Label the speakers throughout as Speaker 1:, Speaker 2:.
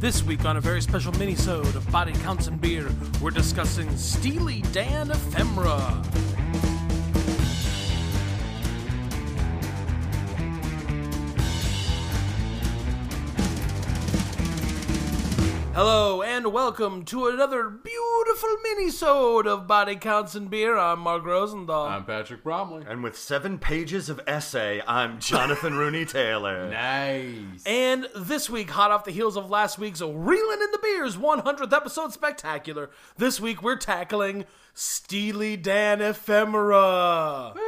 Speaker 1: This week on a very special mini-sode of Body Counts and Beer, we're discussing Steely Dan ephemera. Hello and welcome to another beautiful mini-sode of Body Counts and Beer. I'm Mark Rosenthal.
Speaker 2: I'm Patrick Bromley.
Speaker 3: And with seven pages of essay, I'm Jonathan Rooney Taylor.
Speaker 2: Nice.
Speaker 1: And this week, hot off the heels of last week's Reeling in the Beers 100th episode spectacular, this week we're tackling Steely Dan Ephemera.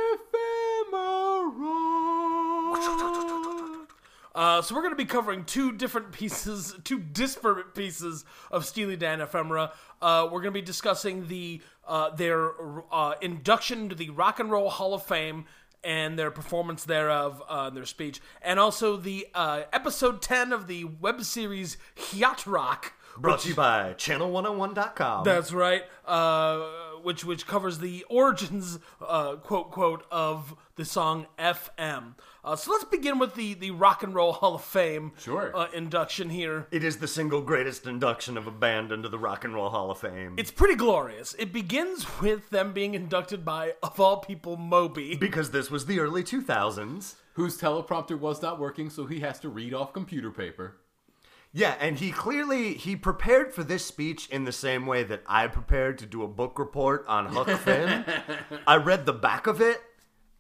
Speaker 1: Uh, so we're going to be covering two different pieces, two disparate pieces of Steely Dan ephemera. Uh, we're going to be discussing the uh, their uh, induction to the Rock and Roll Hall of Fame and their performance thereof, uh, their speech, and also the uh, episode ten of the web series Yacht Rock.
Speaker 3: Brought to you by channel101.com.
Speaker 1: That's right. Uh, which which covers the origins, uh, quote quote, of the song FM. Uh, so let's begin with the the Rock and Roll Hall of Fame
Speaker 2: Sure.
Speaker 1: uh, induction here.
Speaker 3: it is the single greatest induction of a band into the Rock and Roll Hall of Fame.
Speaker 1: It's pretty glorious. It begins with them being inducted by, of all people, Moby.
Speaker 3: because this was the early 2000s.
Speaker 2: Whose teleprompter was not working, so he has to read off computer paper.
Speaker 3: Yeah, and he clearly he prepared for this speech in the same way that I prepared to do a book report on Huck Finn. I read the back of it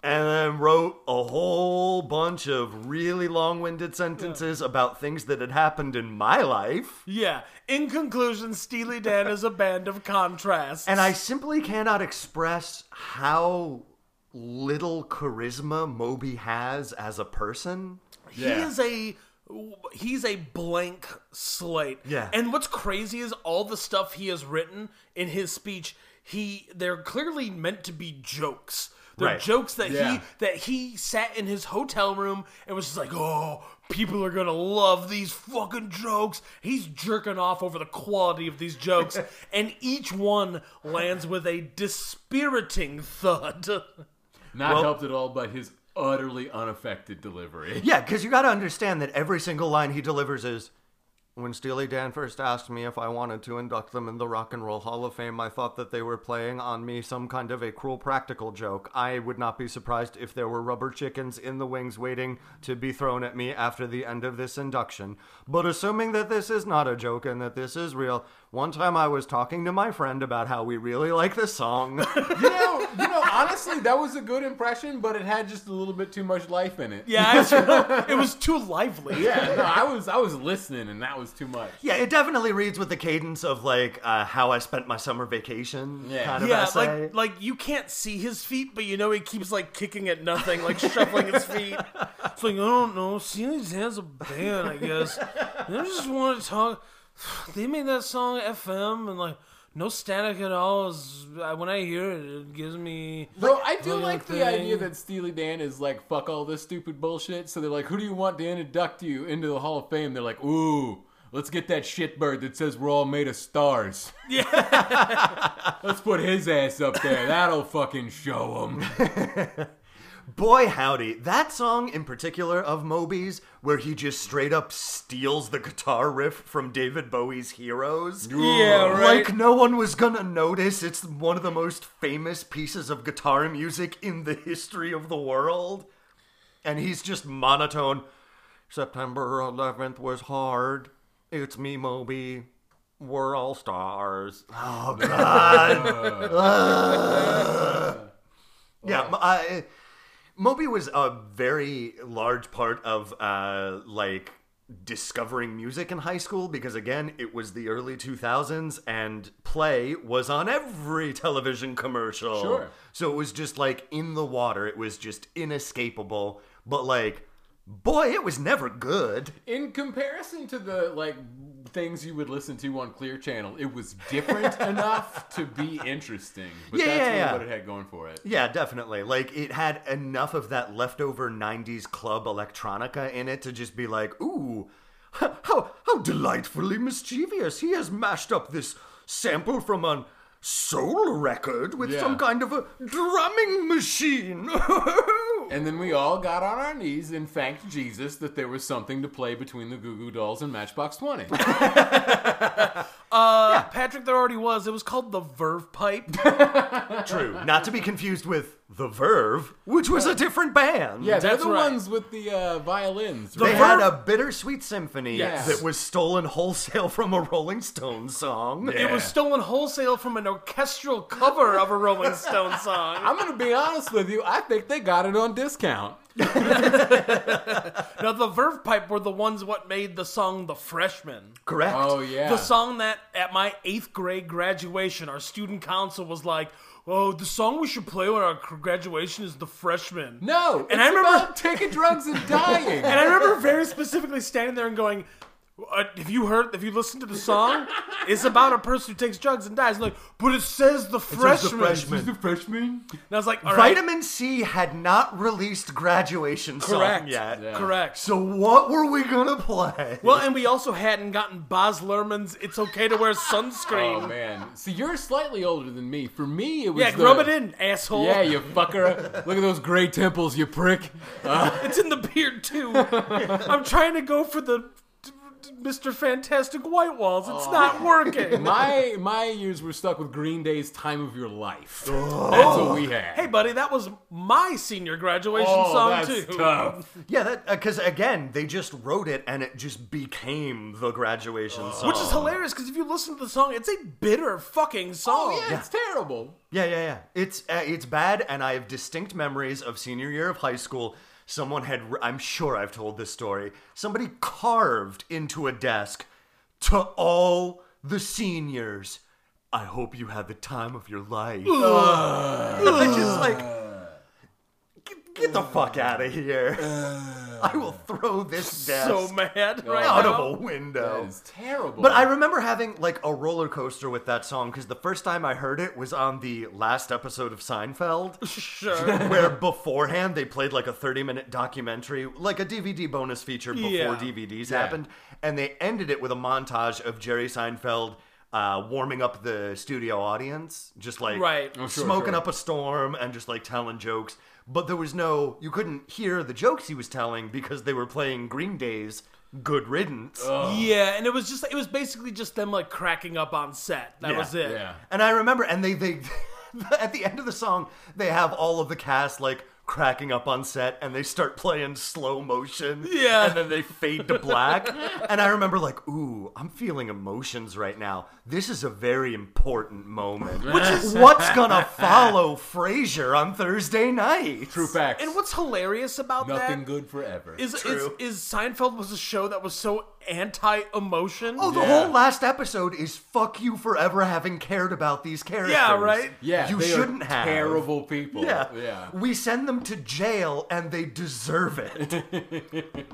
Speaker 3: and then wrote a whole bunch of really long-winded sentences about things that had happened in my life.
Speaker 1: yeah. In conclusion, Steely Dan is a band of contrasts.
Speaker 3: And I simply cannot express how little charisma Moby has as a person.
Speaker 1: he
Speaker 2: Yeah.
Speaker 1: is a he's a blank slate
Speaker 3: Yeah.
Speaker 1: and what's crazy is all the stuff he has written in his speech he they're clearly meant to be jokes they're
Speaker 3: Right.
Speaker 1: jokes that he
Speaker 2: Yeah.
Speaker 1: that he sat in his hotel room and was just like oh people are gonna love these fucking jokes he's jerking off over the quality of these jokes and each one lands with a dispiriting thud
Speaker 2: Not helped at all by his utterly unaffected delivery.
Speaker 3: Yeah, because you got to understand that every single line he delivers is When Steely Dan first asked me if I wanted to induct them in the Rock and Roll Hall of Fame, I thought that they were playing on me some kind of a cruel practical joke. I would not be surprised if there were rubber chickens in the wings waiting to be thrown at me after the end of this induction. But assuming that this is not a joke and that this is real, one time I was talking to my friend about how we really like this song.
Speaker 2: You know, you know, honestly, that was a good impression, but it had just a little bit too much life in it.
Speaker 1: yeah I swear, it was too lively
Speaker 2: Yeah, no, I was I was listening and that was too much.
Speaker 3: Yeah, it definitely reads with the cadence of like uh, how I spent my summer vacation
Speaker 2: Yeah.
Speaker 3: kind of
Speaker 1: Yeah,
Speaker 3: essay.
Speaker 1: like like you can't see his feet, but you know he keeps like kicking at nothing, like shuffling his feet. It's like I don't know. Steely Dan's a band, I guess. And I just want to talk. They made that song FM, and like no static at all. Is I- when I hear it, it gives me.
Speaker 2: Bro, I do
Speaker 1: Little
Speaker 2: like the
Speaker 1: thing.
Speaker 2: idea that Steely Dan is like, fuck all this stupid bullshit. So they're like, who do you want to induct you into the Hall of Fame? They're like, ooh, let's get that shitbird that says we're all made of stars. Yeah. let's put his ass up there. That'll fucking show him.
Speaker 3: Boy, howdy. That song in particular of Moby's, where he just straight up steals the guitar riff from David Bowie's Heroes.
Speaker 1: Yeah, right.
Speaker 3: Like no one was gonna notice, it's one of the most famous pieces of guitar music in the history of the world. And he's just monotone. September 11th was hard. It's me, Moby. We're all stars. Oh, God. yeah, m- I- Moby was a very large part of uh, like discovering music in high school because again it was the early 2000s and play was on every television commercial
Speaker 2: Sure.
Speaker 3: so it was just like in the water it was just inescapable but like boy it was never good
Speaker 2: In comparison to the like things you would listen to on Clear Channel, it was different enough to be interesting. But
Speaker 3: Yeah,
Speaker 2: that's
Speaker 3: yeah,
Speaker 2: really
Speaker 3: yeah.
Speaker 2: what it had going for it.
Speaker 3: yeah definitely like it had enough of that leftover 90s club electronica in it to just be like ooh how how delightfully mischievous he has mashed up this sample from an soul record with
Speaker 2: Yeah.
Speaker 3: some kind of a drumming machine.
Speaker 2: And then we all got on our knees and thanked Jesus that there was something to play between the Goo Goo Dolls and Matchbox 20.
Speaker 1: Uh, Patrick, there already was. It was called the Verve Pipe.
Speaker 3: True. Not to be confused with The Verve, which was a different band.
Speaker 2: Yeah, they're
Speaker 1: That's
Speaker 2: the
Speaker 1: right.
Speaker 2: ones with the uh, violins.
Speaker 3: They
Speaker 2: right?
Speaker 3: had
Speaker 1: Verve-
Speaker 3: a bittersweet symphony
Speaker 2: Yes.
Speaker 3: that was stolen wholesale from a Rolling Stones song.
Speaker 1: It was stolen wholesale from an orchestral cover of a Rolling Stone song.
Speaker 2: I'm going to be honest with you. I think they got it on discount.
Speaker 1: now, the Verve Pipe were the ones what made the song "The Freshman."
Speaker 3: Correct.
Speaker 2: Oh, yeah.
Speaker 1: The song that at my eighth grade graduation, our student council was like, "Oh, the song we should play on our c- graduation is The Freshman."
Speaker 2: No,
Speaker 1: And I
Speaker 2: it's
Speaker 1: remember-
Speaker 2: about taking drugs and dying.
Speaker 1: And I remember very specifically standing there and going, uh, "If you heard, if you listened to the song, it's about a person who takes drugs and dies." And like, but it says the
Speaker 3: says the
Speaker 1: freshman.
Speaker 3: freshman.
Speaker 2: Is this the freshman?
Speaker 1: And I was like, "All right,
Speaker 3: Vitamin C had not released graduation
Speaker 1: correct,
Speaker 3: song yet.
Speaker 2: Yeah.
Speaker 1: correct."
Speaker 3: So what were we gonna play?
Speaker 1: Well, and we also hadn't gotten Boz Lerman's "It's Okay to Wear Sunscreen."
Speaker 2: Oh man! See, you're slightly older than me. For me, it was
Speaker 1: yeah,
Speaker 2: the,
Speaker 1: rub it in, asshole.
Speaker 2: Yeah, you fucker! Look at those gray temples, you prick.
Speaker 1: It's in the beard too. I'm trying to go for the d- d- Mr. Fantastic White Walls. It's not working.
Speaker 2: Oh. My my years were stuck with Green Day's "Time of Your Life." That's what we had.
Speaker 1: Hey, buddy, that was my senior graduation
Speaker 2: oh,
Speaker 1: song
Speaker 2: that's
Speaker 1: too.
Speaker 2: tough.
Speaker 3: Yeah, that because again they just wrote it and it just became the graduation song.
Speaker 1: Which is hilarious because if you listen to the song, it's a bitter fucking song.
Speaker 2: Oh yeah, it's terrible.
Speaker 3: yeah, yeah, yeah. It's uh, it's bad, and I have distinct memories of senior year of high school. Someone had, I'm sure I've told this story. Somebody carved into a desk to all the seniors. I hope you had the time of your life. I just like get, get the fuck out of here. I will throw this desk
Speaker 1: so mad
Speaker 2: Oh,
Speaker 1: right
Speaker 3: out
Speaker 1: now.
Speaker 3: of a window.
Speaker 2: It's terrible.
Speaker 3: But I remember having like a roller coaster with that song because the first time I heard it was on the last episode of Seinfeld,
Speaker 1: Sure.
Speaker 3: where beforehand they played like a 30 minute documentary, like a DVD bonus feature before
Speaker 1: Yeah.
Speaker 3: DVDs happened. And they ended it with a montage of Jerry Seinfeld uh, warming up the studio audience, just like
Speaker 1: Right. Oh,
Speaker 2: sure,
Speaker 3: smoking
Speaker 2: sure.
Speaker 3: up a storm and just like telling jokes. But there was no, you couldn't hear the jokes he was telling because they were playing Green Day's Good Riddance.
Speaker 1: Oh, yeah, and it was just it was basically just them like cracking up on set. That
Speaker 3: Yeah,
Speaker 1: was it.
Speaker 2: yeah.
Speaker 3: And I remember, and they they at the end of the song, they have all of the cast like cracking up on set, and they start playing slow motion.
Speaker 1: Yeah.
Speaker 3: and then they fade to black. and I remember, like, ooh, I'm feeling emotions right now. This is a very important moment. Which is what's gonna follow Frasier on Thursday night.
Speaker 2: true facts.
Speaker 1: And what's hilarious about
Speaker 2: nothing
Speaker 1: that
Speaker 2: good forever.
Speaker 1: is, is
Speaker 3: True.
Speaker 1: is Seinfeld was a show that was so anti emotion.
Speaker 3: Oh, the
Speaker 2: Yeah.
Speaker 3: whole last episode is fuck you for ever having cared about these characters.
Speaker 1: right?
Speaker 2: yeah,
Speaker 3: you
Speaker 2: they are
Speaker 3: shouldn't have.
Speaker 2: Terrible people.
Speaker 3: Yeah.
Speaker 2: yeah.
Speaker 3: We send them to jail and they deserve it.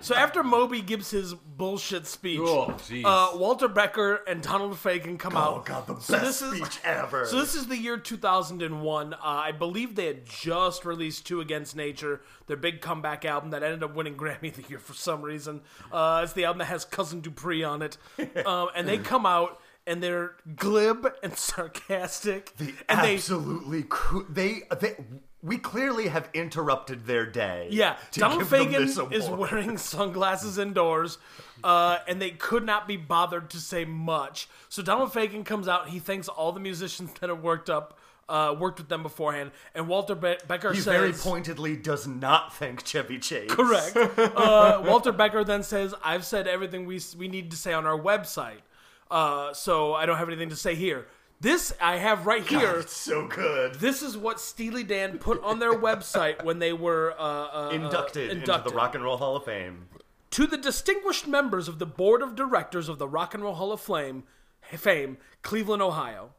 Speaker 1: So after Moby gives his bullshit speech,
Speaker 2: Oh, jeez.
Speaker 1: uh, Walter Becker and Donald Fagen come out.
Speaker 3: Oh god, the best
Speaker 1: So this is-
Speaker 3: speech ever.
Speaker 1: So this is the year 2001. Uh, I believe they had just released Two Against Nature, their big comeback album that ended up winning Grammy of the year for some reason. Uh, it's the album that has Cousin Dupree on it, um, and they come out and they're glib and sarcastic, and they
Speaker 3: absolutely cru- they they we clearly have interrupted their day.
Speaker 1: Yeah,
Speaker 3: to
Speaker 1: Donald
Speaker 3: give them this
Speaker 1: Fagen is
Speaker 3: award.
Speaker 1: wearing sunglasses indoors, uh, and they could not be bothered to say much. So Donald Fagen comes out. He thanks all the musicians that have worked up, uh, worked with them beforehand, and Walter Be- Becker
Speaker 3: He
Speaker 1: says,
Speaker 3: very pointedly does not thank Chevy Chase.
Speaker 1: Correct. Uh, Walter Becker then says, "I've said everything we we need to say on our website, uh, so I don't have anything to say here. This I have right here."
Speaker 3: It's so good.
Speaker 1: This is what Steely Dan put on their website when they were uh, uh,
Speaker 3: Inducted, into
Speaker 1: inducted.
Speaker 3: the Rock and Roll Hall of Fame.
Speaker 1: To the distinguished members of the board of directors of the Rock and Roll Hall of Flame, Fame, Cleveland, Ohio,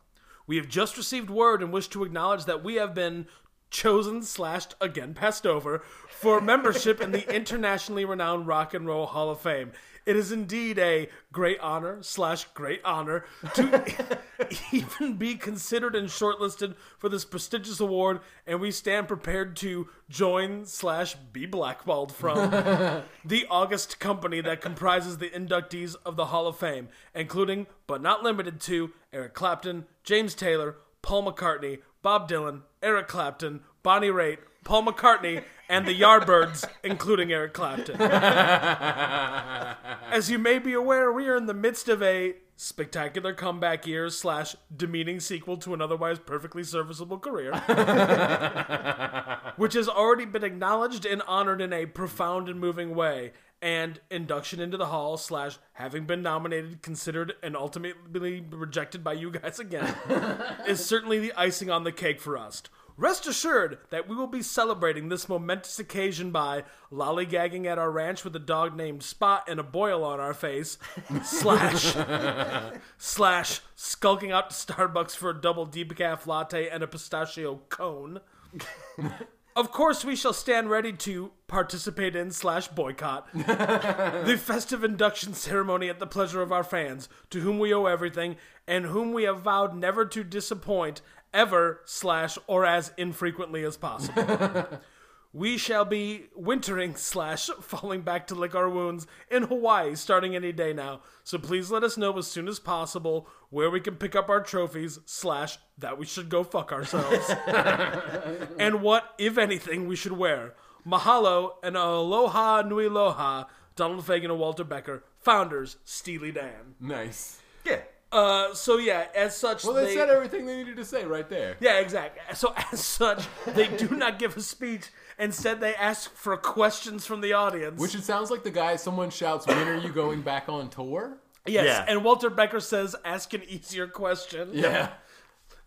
Speaker 1: we have just received word and wish to acknowledge that we have been chosen slashed again passed over for membership in the internationally renowned Rock and Roll Hall of Fame. It is indeed a great honor slash great honor to even be considered and shortlisted for this prestigious award, and we stand prepared to join slash be blackballed from the august company that comprises the inductees of the Hall of Fame, including but not limited to Eric Clapton, James Taylor, Paul McCartney, Bob Dylan, Eric Clapton, Bonnie Raitt, Paul McCartney, and the Yardbirds, including Eric Clapton. As you may be aware, we are in the midst of a spectacular comeback year slash demeaning sequel to an otherwise perfectly serviceable career, which has already been acknowledged and honored in a profound and moving way. And induction into the hall slash having been nominated, considered, and ultimately rejected by you guys again is certainly the icing on the cake for us. Rest assured that we will be celebrating this momentous occasion by lollygagging at our ranch with a dog named Spot and a boil on our face, slash, slash, skulking out to Starbucks for a double decaf latte and a pistachio cone. Of course, we shall stand ready to participate in slash boycott the festive induction ceremony at the pleasure of our fans, to whom we owe everything and whom we have vowed never to disappoint ever slash or as infrequently as possible. we shall be wintering slash falling back to lick our wounds in Hawaii starting any day now. So please let us know as soon as possible where we can pick up our trophies slash that we should go fuck ourselves and what, if anything, we should wear. Mahalo and aloha nui loha, Donald Fagan and Walter Becker, founders, Steely Dan.
Speaker 2: Nice.
Speaker 3: Yeah.
Speaker 1: Uh, so yeah, as such,
Speaker 2: Well, they, said everything they needed to say right there.
Speaker 1: yeah, exactly. So as such, they do not give a speech. Instead, they ask for questions from the audience.
Speaker 2: Which it sounds like the guy, someone shouts, When are you going back on tour?
Speaker 1: yes,
Speaker 3: Yeah.
Speaker 1: and Walter Becker says, "Ask an easier question."
Speaker 2: Yeah.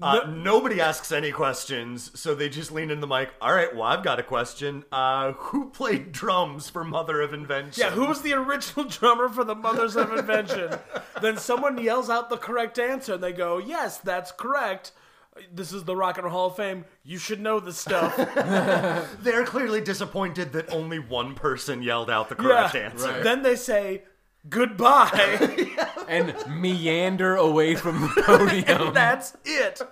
Speaker 3: Uh, Nobody asks any questions, so they just lean in the mic. All right, well, I've got a question. Uh, who played drums for Mother of Invention?
Speaker 1: Yeah, who was the original drummer for the Mothers of Invention? then someone yells out the correct answer, and they go, "Yes, that's correct. This is the Rock and Roll Hall of Fame. You should know this stuff."
Speaker 3: They're clearly disappointed that only one person yelled out the correct answer.
Speaker 2: right.
Speaker 1: Then they say, "Goodbye."
Speaker 2: And meander away from the podium.
Speaker 1: That's it.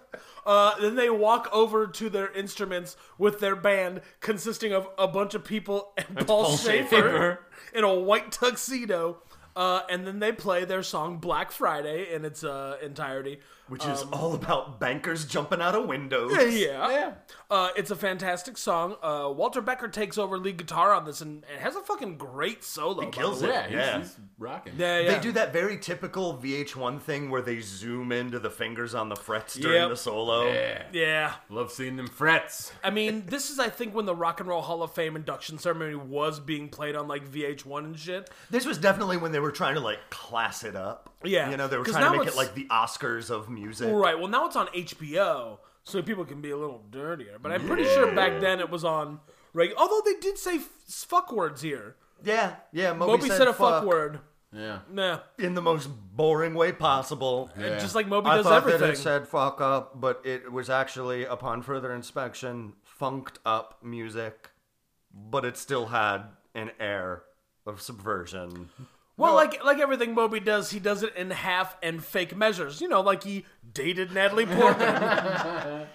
Speaker 1: Uh, then they walk over to their instruments with their band, consisting of a bunch of people and, Paul,
Speaker 3: Paul
Speaker 1: Schaefer,
Speaker 2: Schaefer.
Speaker 1: in a white tuxedo. Uh, and then they play their song Black Friday in its uh, entirety.
Speaker 3: Which is all about bankers jumping out of windows.
Speaker 1: Um, Yeah.
Speaker 2: Yeah.
Speaker 1: Uh, it's a fantastic song. Uh, Walter Becker takes over lead guitar on this and, and has a fucking great solo. He
Speaker 3: kills it.
Speaker 2: Yeah, he's,
Speaker 3: Yeah.
Speaker 2: he's rocking.
Speaker 1: Yeah, yeah.
Speaker 3: They do that very typical VH1 thing where they zoom into the fingers on the frets during
Speaker 1: Yep.
Speaker 3: the solo.
Speaker 2: Yeah.
Speaker 1: Yeah.
Speaker 2: Love seeing them frets.
Speaker 1: I mean, this is, I think, when the Rock and Roll Hall of Fame induction ceremony was being played on like VH1 and shit.
Speaker 3: This was definitely when they were trying to like class it up.
Speaker 1: Yeah.
Speaker 3: You know, they were
Speaker 1: 'Cause
Speaker 3: trying
Speaker 1: now
Speaker 3: to make it
Speaker 1: it's-
Speaker 3: like the Oscars of music.
Speaker 1: Right. Well, now it's on HBO, so people can be a little dirtier. But I'm pretty sure back then it was on regular. Although they did say f- fuck words here.
Speaker 3: Yeah, yeah. Moby,
Speaker 1: Moby said, a fuck, word.
Speaker 2: Yeah.
Speaker 1: Nah.
Speaker 3: in the most boring way possible.
Speaker 2: Yeah.
Speaker 1: Just like Moby
Speaker 3: I
Speaker 1: does
Speaker 3: thought
Speaker 1: everything.
Speaker 3: that it said fuck up, but it was actually, upon further inspection, funked up music, but it still had an air of subversion.
Speaker 1: well, like like everything Moby does, he does it in half and fake measures. You know, like he dated Natalie Portman.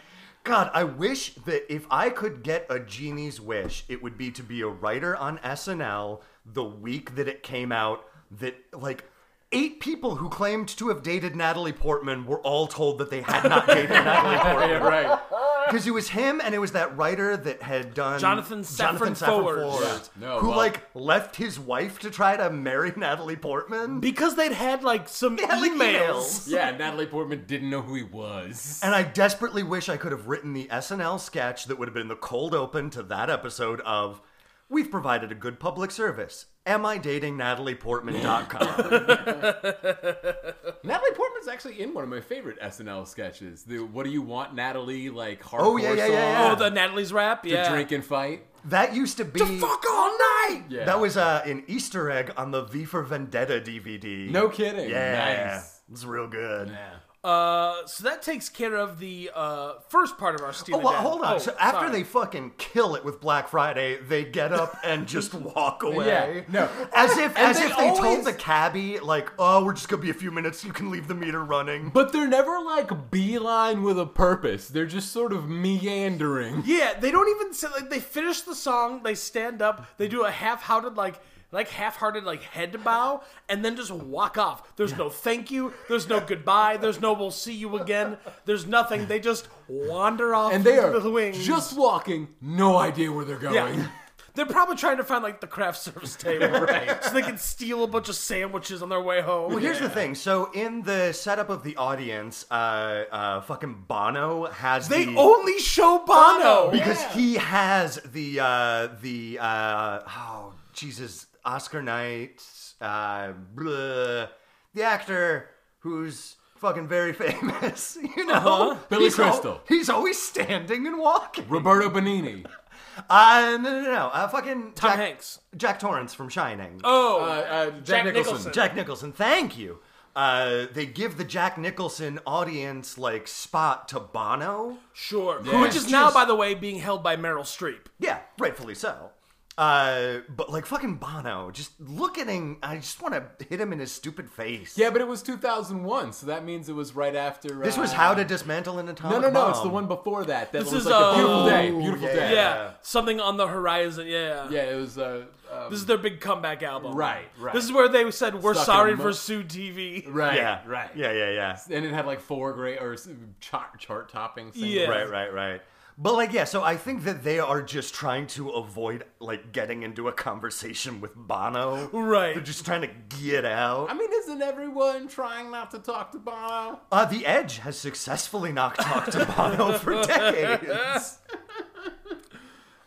Speaker 3: God, I wish that if I could get a genie's wish, it would be to be a writer on SNL the week that it came out that like eight people who claimed to have dated Natalie Portman were all told that they had not dated Natalie Portman.
Speaker 2: Yeah, right.
Speaker 3: Because it was him and it was that writer that had done
Speaker 1: Jonathan Safran Foer.
Speaker 2: Yeah. No,
Speaker 3: who
Speaker 2: well-
Speaker 3: like left his wife to try to marry Natalie Portman.
Speaker 1: because they'd had like some
Speaker 3: had, like,
Speaker 1: emails.
Speaker 2: Yeah, Natalie Portman didn't know who he was.
Speaker 3: And I desperately wish I could have written the SNL sketch that would have been the cold open to that episode of We've provided a good public service. Am I dating Natalie Portman.com?
Speaker 2: Natalie Portman's actually in one of my favorite SNL sketches. The What Do You Want, Natalie? Like hardcore
Speaker 3: Oh, yeah, yeah,
Speaker 2: song.
Speaker 3: yeah, yeah.
Speaker 1: Oh, the Natalie's rap.
Speaker 2: The
Speaker 1: Yeah.
Speaker 2: drink and fight.
Speaker 3: that used to be
Speaker 1: Fuck all night.
Speaker 2: Yeah.
Speaker 3: that was uh, an Easter egg on the V for Vendetta DVD.
Speaker 2: No kidding.
Speaker 3: Yeah.
Speaker 2: Nice.
Speaker 3: It's real good.
Speaker 2: Yeah.
Speaker 1: Uh, so that takes care of the uh, first part of our Steely
Speaker 3: Oh, well,
Speaker 1: Dan.
Speaker 3: hold on.
Speaker 1: Oh,
Speaker 3: so after
Speaker 1: sorry.
Speaker 3: they fucking kill it with Black Friday, they get up and just walk away.
Speaker 2: no.
Speaker 3: As if as
Speaker 2: they
Speaker 3: if they
Speaker 2: always-
Speaker 3: told the cabbie, like, oh, we're just gonna be a few minutes, you can leave the meter running.
Speaker 2: But they're never like beeline with a purpose. They're just sort of meandering.
Speaker 1: Yeah, they don't even say, like they finish the song, they stand up, they do a half-hearted like like half-hearted like head bow and then just walk off. There's no thank you, there's no goodbye, there's no we'll see you again. There's nothing. They just wander off
Speaker 2: And they
Speaker 1: into
Speaker 2: are
Speaker 1: the wings.
Speaker 2: just walking, no idea where they're going.
Speaker 1: yeah. They're probably trying to find like the craft service table, right? So they can steal a bunch of sandwiches on their way home.
Speaker 3: Well, here's the thing. So in the setup of the audience, uh, uh, fucking Bono has
Speaker 1: they
Speaker 3: the,
Speaker 1: only show Bono.
Speaker 3: because
Speaker 2: Yeah.
Speaker 3: he has the uh, the uh, oh Jesus Oscar night uh, bleh, the actor who's fucking very famous you know
Speaker 1: Uh-huh.
Speaker 2: Billy
Speaker 3: He's al-
Speaker 2: Crystal.
Speaker 3: he's always standing and walking
Speaker 2: Roberto Benini.
Speaker 3: uh, no no no, no uh, fucking
Speaker 1: Tom
Speaker 3: Jack,
Speaker 1: Hanks.
Speaker 3: Jack Torrance from Shining
Speaker 1: Oh,
Speaker 2: Uh, uh, Jack,
Speaker 1: Jack
Speaker 2: Nicholson.
Speaker 1: Nicholson.
Speaker 3: Jack Nicholson thank you uh, they give the Jack Nicholson audience like spot to Bono
Speaker 1: sure.
Speaker 2: Yeah.
Speaker 1: Which is now, by the way, being held by Meryl Streep.
Speaker 3: Yeah, rightfully so. Uh, but like fucking Bono, just look at him. I just want to hit him in his stupid face.
Speaker 2: Yeah, but it was 2001, so that means it was right after.
Speaker 3: This was
Speaker 2: uh,
Speaker 3: how to dismantle an atomic
Speaker 2: No, no, no!
Speaker 3: bomb.
Speaker 2: It's the one before that. That
Speaker 1: This
Speaker 2: was
Speaker 1: is,
Speaker 2: like a beautiful
Speaker 1: uh,
Speaker 2: day. Beautiful
Speaker 3: yeah.
Speaker 2: day.
Speaker 1: Yeah. something on the horizon. Yeah,
Speaker 2: Yeah, it was. Uh, um,
Speaker 1: This is their big comeback album.
Speaker 2: Right, right.
Speaker 1: This is where they said, "We're
Speaker 2: Stuck in
Speaker 1: sorry
Speaker 2: a mo-
Speaker 1: for Sue TV."
Speaker 2: right,
Speaker 3: Yeah,
Speaker 2: right.
Speaker 3: Yeah, yeah, yeah.
Speaker 2: and it had like four great or s- chart chart topping. Singles.
Speaker 1: Yeah.
Speaker 3: Right, right, right. But like, yeah. So I think that they are just trying to avoid like getting into a conversation with Bono.
Speaker 1: Right.
Speaker 3: They're just trying to get out.
Speaker 2: I mean, isn't everyone trying not to talk to Bono?
Speaker 3: Uh, the Edge has successfully not talked to Bono for decades.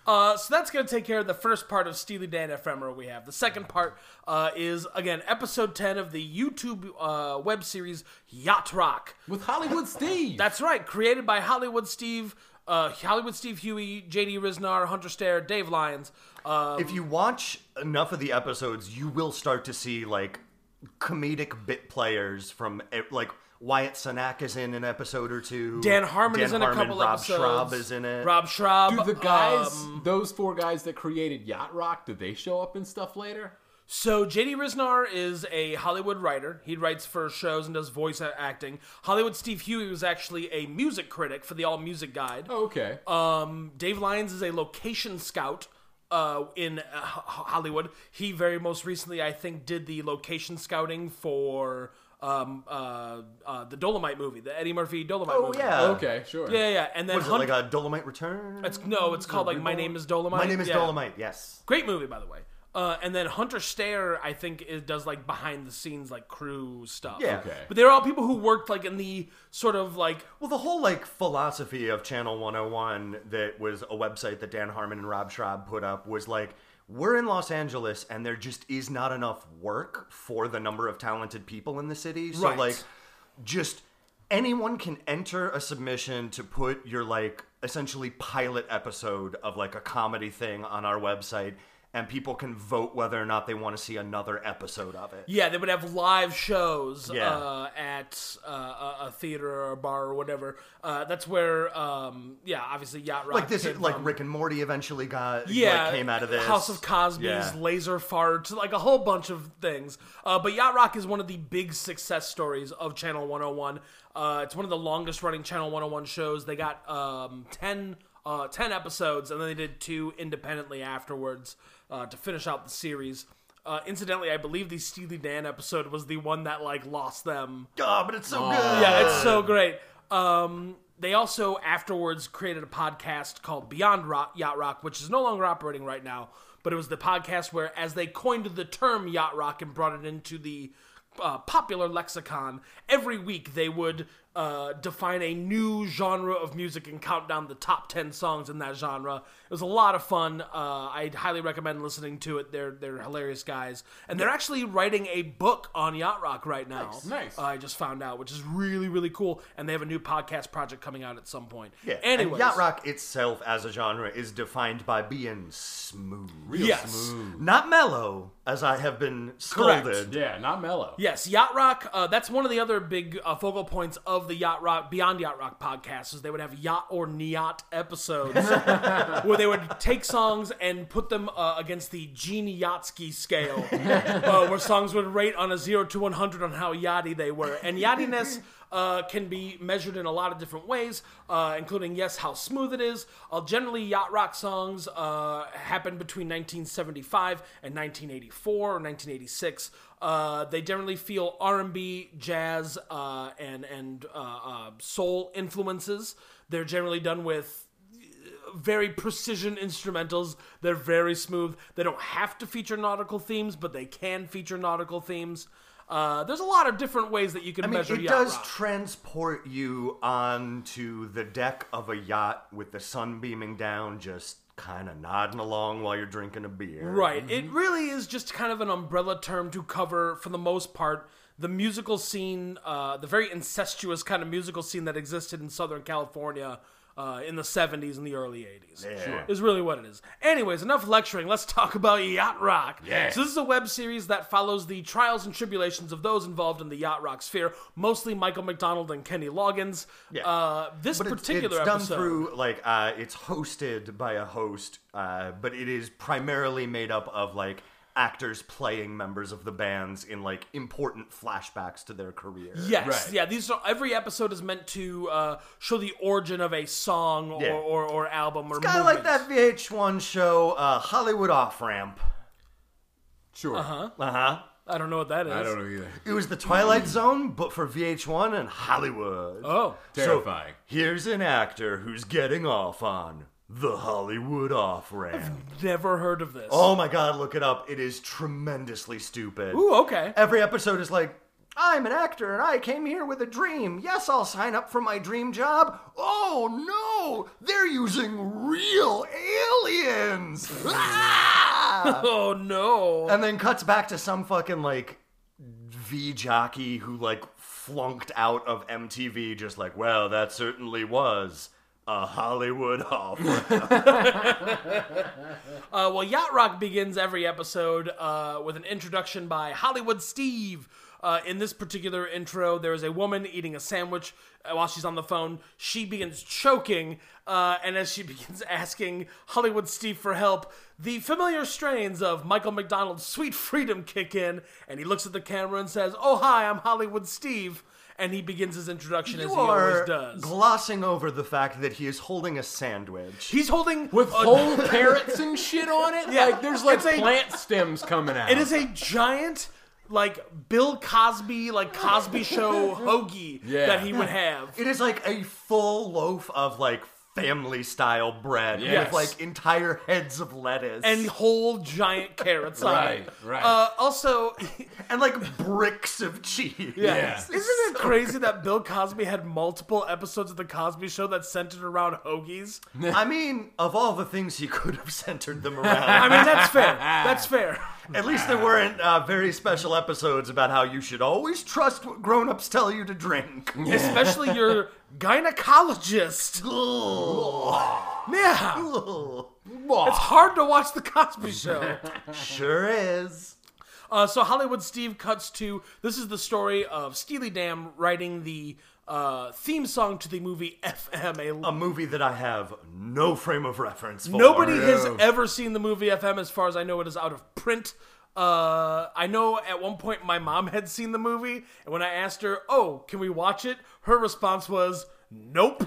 Speaker 1: Uh, so that's going to take care of the first part of Steely Dan Ephemera we have. The second part uh, is, again, episode 10 of the YouTube uh, web series Yacht Rock.
Speaker 2: With Hollywood Steve.
Speaker 1: That's right, created by Hollywood Steve, uh, Hollywood Steve Huey, J.D. Riznar, Hunter Stair, Dave Lyons. Uh,
Speaker 3: If you watch enough of the episodes, you will start to see like comedic bit players from eh, like Wyatt Cenac is in an episode or two.
Speaker 1: Dan Harmon
Speaker 3: Dan
Speaker 1: is in a
Speaker 3: Harmon,
Speaker 1: couple
Speaker 3: Rob
Speaker 1: episodes.
Speaker 3: Schraub is in it.
Speaker 1: Rob Schraub.
Speaker 2: Do the guys,
Speaker 1: um,
Speaker 2: those four guys that created Yacht Rock, do they show up in stuff later?
Speaker 1: So JD Riznar is a Hollywood writer. He writes for shows and does voice acting. Hollywood Steve Huey was actually a music critic for the All Music Guide.
Speaker 2: Oh, okay.
Speaker 1: Um, Dave Lyons is a location scout uh, in uh, Ho- Hollywood. He very most recently, I think, did the location scouting for um, uh, uh, the Dolomite movie, the Eddie Murphy Dolomite
Speaker 3: Oh
Speaker 1: movie.
Speaker 3: yeah.
Speaker 2: okay, sure.
Speaker 1: yeah, yeah. And then
Speaker 3: Is it
Speaker 1: Hunt-
Speaker 3: like a Dolomite Return?
Speaker 1: it's- no, it's called like My Name Is Dolomite.
Speaker 3: My name is
Speaker 1: Yeah.
Speaker 3: Dolomite. Yes.
Speaker 1: Great movie, by the way. Uh, and then Hunter Stair, I think, is, does like behind the scenes like crew stuff.
Speaker 3: Yeah.
Speaker 2: Okay.
Speaker 1: But they're all people who worked like in the sort of like
Speaker 3: Well, the whole like philosophy of Channel 101 that was a website that Dan Harmon and Rob Schraub put up was like we're in Los Angeles and there just is not enough work for the number of talented people in the city. So
Speaker 1: Right.
Speaker 3: like just anyone can enter a submission to put your like essentially pilot episode of like a comedy thing on our website and people can vote whether or not they want to see another episode of it.
Speaker 1: Yeah, they would have live shows
Speaker 3: Yeah.
Speaker 1: uh, at uh, a- a theater or a bar or whatever. Uh, that's where, um, yeah, obviously yacht rock.
Speaker 3: Like this,
Speaker 1: came
Speaker 3: like
Speaker 1: from.
Speaker 3: Rick and Morty eventually got
Speaker 1: um, yeah,
Speaker 3: like, came out of this
Speaker 1: House of Cosby's
Speaker 3: Yeah.
Speaker 1: laser farts, like a whole bunch of things. Uh, but yacht rock is one of the big success stories of Channel 101. Uh, it's one of the longest running Channel 101 shows. They got um, 10, uh, 10 episodes, and then they did two independently afterwards uh, to finish out the series. Uh, incidentally, I believe the Steely Dan episode was the one that like lost them.
Speaker 3: Oh, but it's so good.
Speaker 1: Yeah, it's so great. Um, they also afterwards created a podcast called Beyond Rock, Yacht Rock, which is no longer operating right now. But it was the podcast where, as they coined the term yacht rock and brought it into the uh, popular lexicon, every week they would uh, define a new genre of music and count down the top ten songs in that genre. It was a lot of fun. Uh, I highly recommend listening to it. They're they're hilarious guys, and they're actually writing a book on yacht rock right now.
Speaker 2: Nice.
Speaker 1: Uh, I just found out, which is really really cool. And they have a new podcast project coming out at some point.
Speaker 3: Yeah.
Speaker 1: Anyways,
Speaker 3: and yacht rock itself as a genre is defined by being smooth,
Speaker 1: Yes.
Speaker 3: not mellow, as I have been scolded.
Speaker 2: Yeah, not mellow.
Speaker 1: Yes, Yacht Rock. Uh, that's one of the other big uh, focal points of the Yacht Rock Beyond Yacht Rock podcast. Is they would have yacht or niat episodes where they would take songs and put them uh, against the Gene Yatsky scale, uh, where songs would rate on a zero to one hundred on how yachty they were, and yachtiness. Uh, can be measured in a lot of different ways, uh, including yes, how smooth it is. Uh, generally, yacht rock songs uh, happened between 1975 and 1984 or 1986. Uh, they generally feel R&B, jazz, uh, and and uh, uh, soul influences. They're generally done with very precision instrumentals. They're very smooth. They don't have to feature nautical themes, but they can feature nautical themes. Uh, there's a lot of different ways that you can
Speaker 3: I mean,
Speaker 1: measure
Speaker 3: it
Speaker 1: yacht
Speaker 3: does
Speaker 1: rock.
Speaker 3: transport you onto the deck of a yacht with the sun beaming down, just kind of nodding along while you're drinking a beer.
Speaker 1: Right. It
Speaker 3: Mm-hmm.
Speaker 1: really is just kind of an umbrella term to cover, for the most part, the musical scene, uh, the very incestuous kind of musical scene that existed in Southern California uh, in the 70s and the early 80s.
Speaker 3: Sure.
Speaker 1: Is really what it is. Anyways, enough lecturing. Let's talk about Yacht Rock. Yeah. So, this is a web series that follows the trials and tribulations of those involved in the Yacht Rock sphere, mostly Michael McDonald and Kenny Loggins.
Speaker 3: Yeah.
Speaker 1: Uh, this
Speaker 3: But it's,
Speaker 1: particular
Speaker 3: it's done
Speaker 1: episode.
Speaker 3: through like uh, it's hosted by a host, uh, but it is primarily made up of like actors playing members of the bands in like important flashbacks to their career.
Speaker 1: Yes,
Speaker 2: Right.
Speaker 1: yeah. These are every episode is meant to uh, show the origin of a song or,
Speaker 3: Yeah.
Speaker 1: or, or album or
Speaker 3: Kind of like
Speaker 1: movement.
Speaker 3: that VH1 show, uh, Hollywood Off Ramp.
Speaker 2: Sure.
Speaker 1: uh-huh.
Speaker 3: Uh huh.
Speaker 1: I don't know what that is.
Speaker 2: I don't know either.
Speaker 3: It was the Twilight Zone, but for VH1 and Hollywood.
Speaker 1: Oh,
Speaker 2: Terrifying.
Speaker 3: Here's an actor who's getting off on the Hollywood off ramp.
Speaker 1: never heard of this.
Speaker 3: oh my god, look it up. It is tremendously stupid.
Speaker 1: Ooh, okay.
Speaker 3: Every episode is like, I'm an actor and I came here with a dream. Yes, I'll sign up for my dream job. Oh no, they're using real aliens. Ah!
Speaker 1: Oh no.
Speaker 3: and then cuts back to some fucking like V jockey who like flunked out of MTV, just like, well, that certainly was a Hollywood off.
Speaker 1: Uh, well, Yacht Rock begins every episode uh, with an introduction by Hollywood Steve. Uh, in this particular intro, there is a woman eating a sandwich uh, while she's on the phone. She begins choking, uh, and as she begins asking Hollywood Steve for help, the familiar strains of Michael McDonald's Sweet Freedom kick in, and he looks at the camera and says, Oh, hi, I'm Hollywood Steve. And he begins his introduction as
Speaker 3: you
Speaker 1: he always
Speaker 3: are
Speaker 1: does.
Speaker 3: glossing over the fact that he is holding a sandwich.
Speaker 1: He's holding
Speaker 2: With
Speaker 1: a
Speaker 2: whole carrots and shit on it?
Speaker 1: Uh, Yeah.
Speaker 2: Like there's like
Speaker 1: It's a-
Speaker 2: plant stems coming out.
Speaker 1: It is a giant, like Bill Cosby, like Cosby Show hoagie
Speaker 2: Yeah.
Speaker 1: that he would have.
Speaker 3: It is like a full loaf of like family style bread
Speaker 2: Yes.
Speaker 3: with like entire heads of lettuce
Speaker 1: And whole giant carrots on
Speaker 2: Right,
Speaker 1: it.
Speaker 2: right.
Speaker 1: Uh, also,
Speaker 3: and like bricks of cheese.
Speaker 2: Yeah.
Speaker 1: isn't it crazy that Bill Cosby had multiple episodes of the Cosby Show that centered around hoagies?
Speaker 3: I mean, of all the things he could have centered them around,
Speaker 1: I mean, that's fair. That's fair.
Speaker 3: At least there weren't uh, very special episodes about how you should always trust what grown-ups tell you to drink.
Speaker 1: Especially your gynecologist. Yeah, it's hard to watch the Cosby Show.
Speaker 3: sure is.
Speaker 1: Uh, so Hollywood Steve cuts to this is the story of Steely Dan writing the uh, theme song to the movie FM.
Speaker 3: A
Speaker 1: A
Speaker 3: movie that I have no frame of reference for.
Speaker 1: Nobody has
Speaker 2: no.
Speaker 1: ever seen the movie FM, as far as I know, it is out of print. Uh, I know at one point my mom had seen the movie, and when I asked her, "Oh, can we watch it?" her response was, "Nope,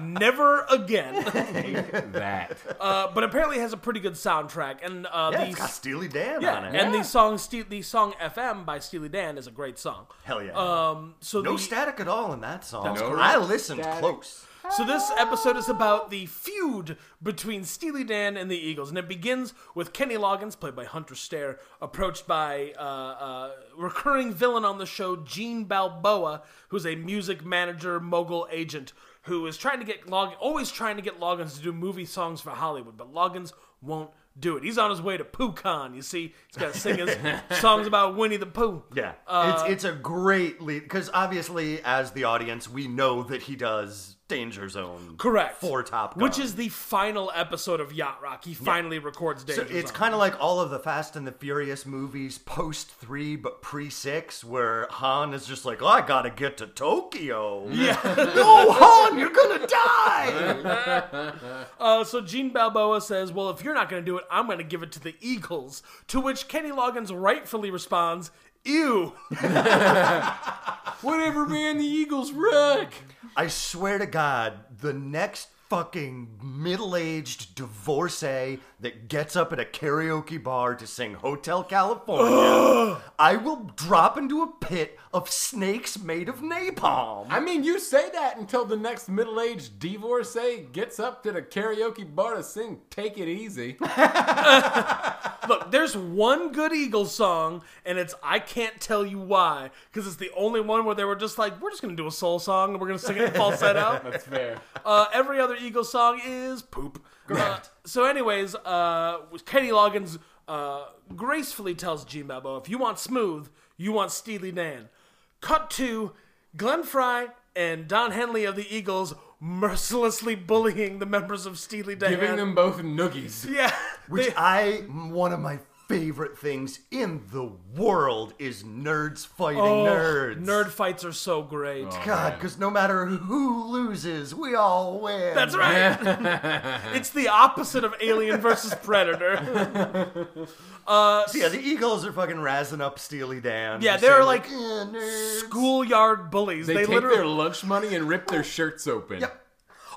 Speaker 1: never again."
Speaker 2: that.
Speaker 1: Uh, but apparently has a pretty good soundtrack, and uh,
Speaker 3: Yeah,
Speaker 1: these
Speaker 3: it's got Steely Dan on it.
Speaker 1: and the song Ste- the song FM by Steely Dan is a great song.
Speaker 3: Hell yeah.
Speaker 1: Um, so
Speaker 3: no
Speaker 1: the,
Speaker 3: static at all in that song.
Speaker 2: No
Speaker 3: I listened
Speaker 2: static.
Speaker 3: close.
Speaker 1: so this episode is about the feud between Steely Dan and the Eagles, and it begins with Kenny Loggins, played by Hunter Stair, approached by uh, uh, recurring villain on the show Gene Balboa, who's a music manager mogul agent who is trying to get Log always trying to get Loggins to do movie songs for Hollywood, but Loggins won't do it. He's on his way to PooCon, you see. He's got to sing his songs about Winnie the Pooh.
Speaker 3: Yeah,
Speaker 1: Uh,
Speaker 3: it's it's a great lead because obviously, as the audience, we know that he does Danger Zone.
Speaker 1: Correct.
Speaker 3: For Top Gun.
Speaker 1: Which is the final episode of Yacht Rock. He finally records
Speaker 3: So
Speaker 1: Danger
Speaker 3: it's
Speaker 1: Zone.
Speaker 3: kind of like all of the Fast and the Furious movies post three but pre six, where Han is just like, oh, I gotta get to Tokyo.
Speaker 1: yeah.
Speaker 3: no, Han, you're gonna die.
Speaker 1: Uh, so Gene Balboa says, Well, if you're not going to do it, I'm going to give it to the Eagles. To which Kenny Loggins rightfully responds, Ew.
Speaker 2: Whatever, man. The Eagles wreck.
Speaker 3: I swear to God, the next fucking middle-aged divorcee that gets up at a karaoke bar to sing Hotel California, I will drop into a pit of snakes made of napalm.
Speaker 2: I mean, you say that until the next middle-aged divorcee gets up to the karaoke bar to sing "Take It Easy."
Speaker 1: Look, there's one good Eagles song, and it's I Can't Tell You Why, because it's the only one where they were just like, We're just going to do a soul song and we're going to sing it in falsetto.
Speaker 2: That's fair.
Speaker 1: Uh, every other Eagles song is poop. Correct. so, anyways, uh, Kenny Loggins uh, gracefully tells Gene Balboa, if you want smooth, you want Steely Dan. Cut to Glenn Fry and Don Henley of the Eagles mercilessly bullying the members of Steely Dan.
Speaker 2: Giving them both noogies.
Speaker 1: Yeah.
Speaker 3: Which I one of my favorite things in the world is nerds fighting
Speaker 1: Oh,
Speaker 3: nerds. Oh.
Speaker 1: Nerd fights are so great.
Speaker 3: God, because no matter who loses, we all win.
Speaker 1: That's right. it's the opposite of Alien versus Predator.
Speaker 3: Yeah, the Eagles are fucking razzing up Steely Dan.
Speaker 1: Yeah,
Speaker 3: Just
Speaker 1: they're
Speaker 3: saying,
Speaker 1: like
Speaker 3: eh, nerds.
Speaker 1: Schoolyard bullies.
Speaker 2: They,
Speaker 1: They,
Speaker 2: take
Speaker 1: literally
Speaker 2: their lunch money and rip their shirts open.
Speaker 3: Yep.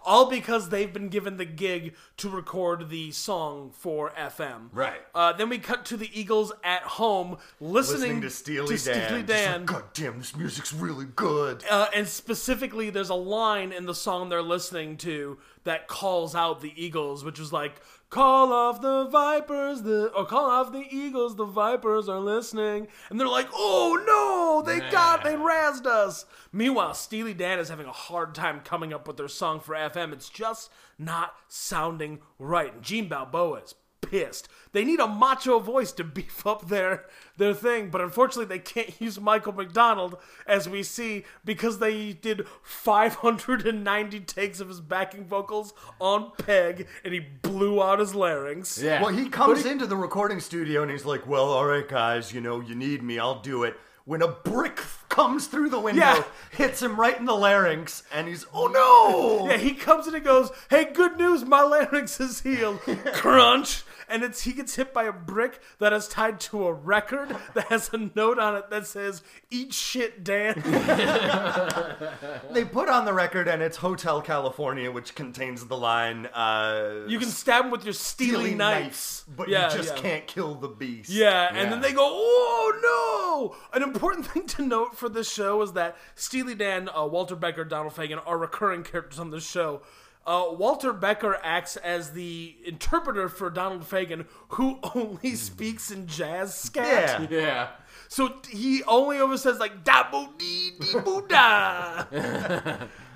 Speaker 1: all because they've been given the gig to record the song for FM.
Speaker 2: Right.
Speaker 1: Uh, then we cut to the Eagles at home listening,
Speaker 3: listening to Steely Dan.
Speaker 1: Steely
Speaker 3: just
Speaker 1: Dan.
Speaker 3: Like, God damn, this music's really good.
Speaker 1: uh, and specifically, there's a line in the song they're listening to that calls out the Eagles, which is like, "Call off the Vipers, the or call off the Eagles, the Vipers are listening." And they're like, "Oh no, they got, they razzed us." Meanwhile, Steely Dan is having a hard time coming up with their song for FM. It's just not sounding right. And Gene Balboa is pissed. They need a macho voice to beef up their their thing, but unfortunately they can't use Michael McDonald as we see because they did 590 takes of his backing vocals on peg and he blew out his larynx.
Speaker 2: Yeah.
Speaker 3: Well, he comes into the recording studio and he's like, "Well, all right, guys, you know, you need me, I'll do it." When a brick comes through the window,
Speaker 1: Yeah.
Speaker 3: hits him right in the larynx, and he's, "Oh no!"
Speaker 1: Yeah, he comes in and goes, "Hey, good news! My larynx is healed." Crunch, and it's he gets hit by a brick that is tied to a record that has a note on it that says "Eat shit, Dan."
Speaker 3: They put on the record, and it's Hotel California, which contains the line, uh,
Speaker 1: You can stab him with your steely,
Speaker 3: stealing
Speaker 1: knives,
Speaker 3: but
Speaker 1: Yeah,
Speaker 3: you just
Speaker 1: yeah.
Speaker 3: can't kill the beast."
Speaker 1: Yeah, and
Speaker 2: Yeah.
Speaker 1: then they go, oh no! An important thing to note for this show is that Steely Dan, uh, Walter Becker, Donald Fagen are recurring characters on this show. Uh, Walter Becker acts as the interpreter for Donald Fagen, who only speaks in jazz scat.
Speaker 3: Yeah.
Speaker 2: yeah.
Speaker 1: So he only ever says like da bo dee dee boo da.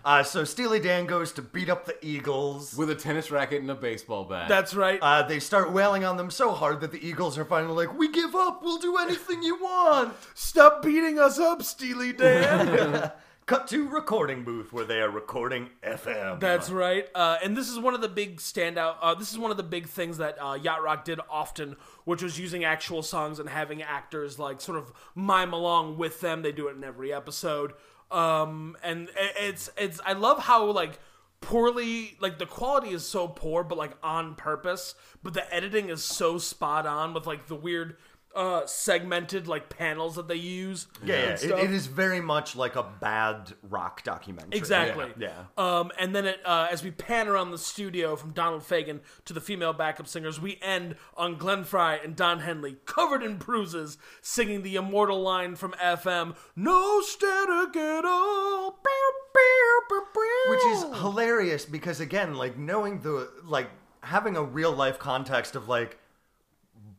Speaker 3: Uh, so Steely Dan goes to beat up the Eagles.
Speaker 2: With a tennis racket and a baseball bat.
Speaker 1: That's right.
Speaker 3: Uh, they start wailing on them so hard that the Eagles are finally like, "We give up. We'll do anything you want."
Speaker 1: Stop beating us up, Steely Dan.
Speaker 3: Cut to recording booth where they are recording FM.
Speaker 1: That's right. Uh, and this is one of the big standout. Uh, this is one of the big things that uh, Yacht Rock did often, which was using actual songs and having actors like sort of mime along with them. They do it in every episode. Um, and i- it's it's I love how like poorly like the quality is so poor, but like on purpose. But the editing is so spot on with like the weird uh segmented like panels that they use. and
Speaker 3: yeah,
Speaker 1: stuff.
Speaker 3: it, it is very much like a bad rock documentary.
Speaker 1: Exactly.
Speaker 3: Yeah.
Speaker 1: Um, and then it, uh, as we pan around the studio from Donald Fagen to the female backup singers, we end on Glenn Fry and Don Henley, covered in bruises, singing the immortal line from FM No static at all. Pew, pew, pew, pew."
Speaker 3: Which is hilarious because again, like knowing the like having a real life context of like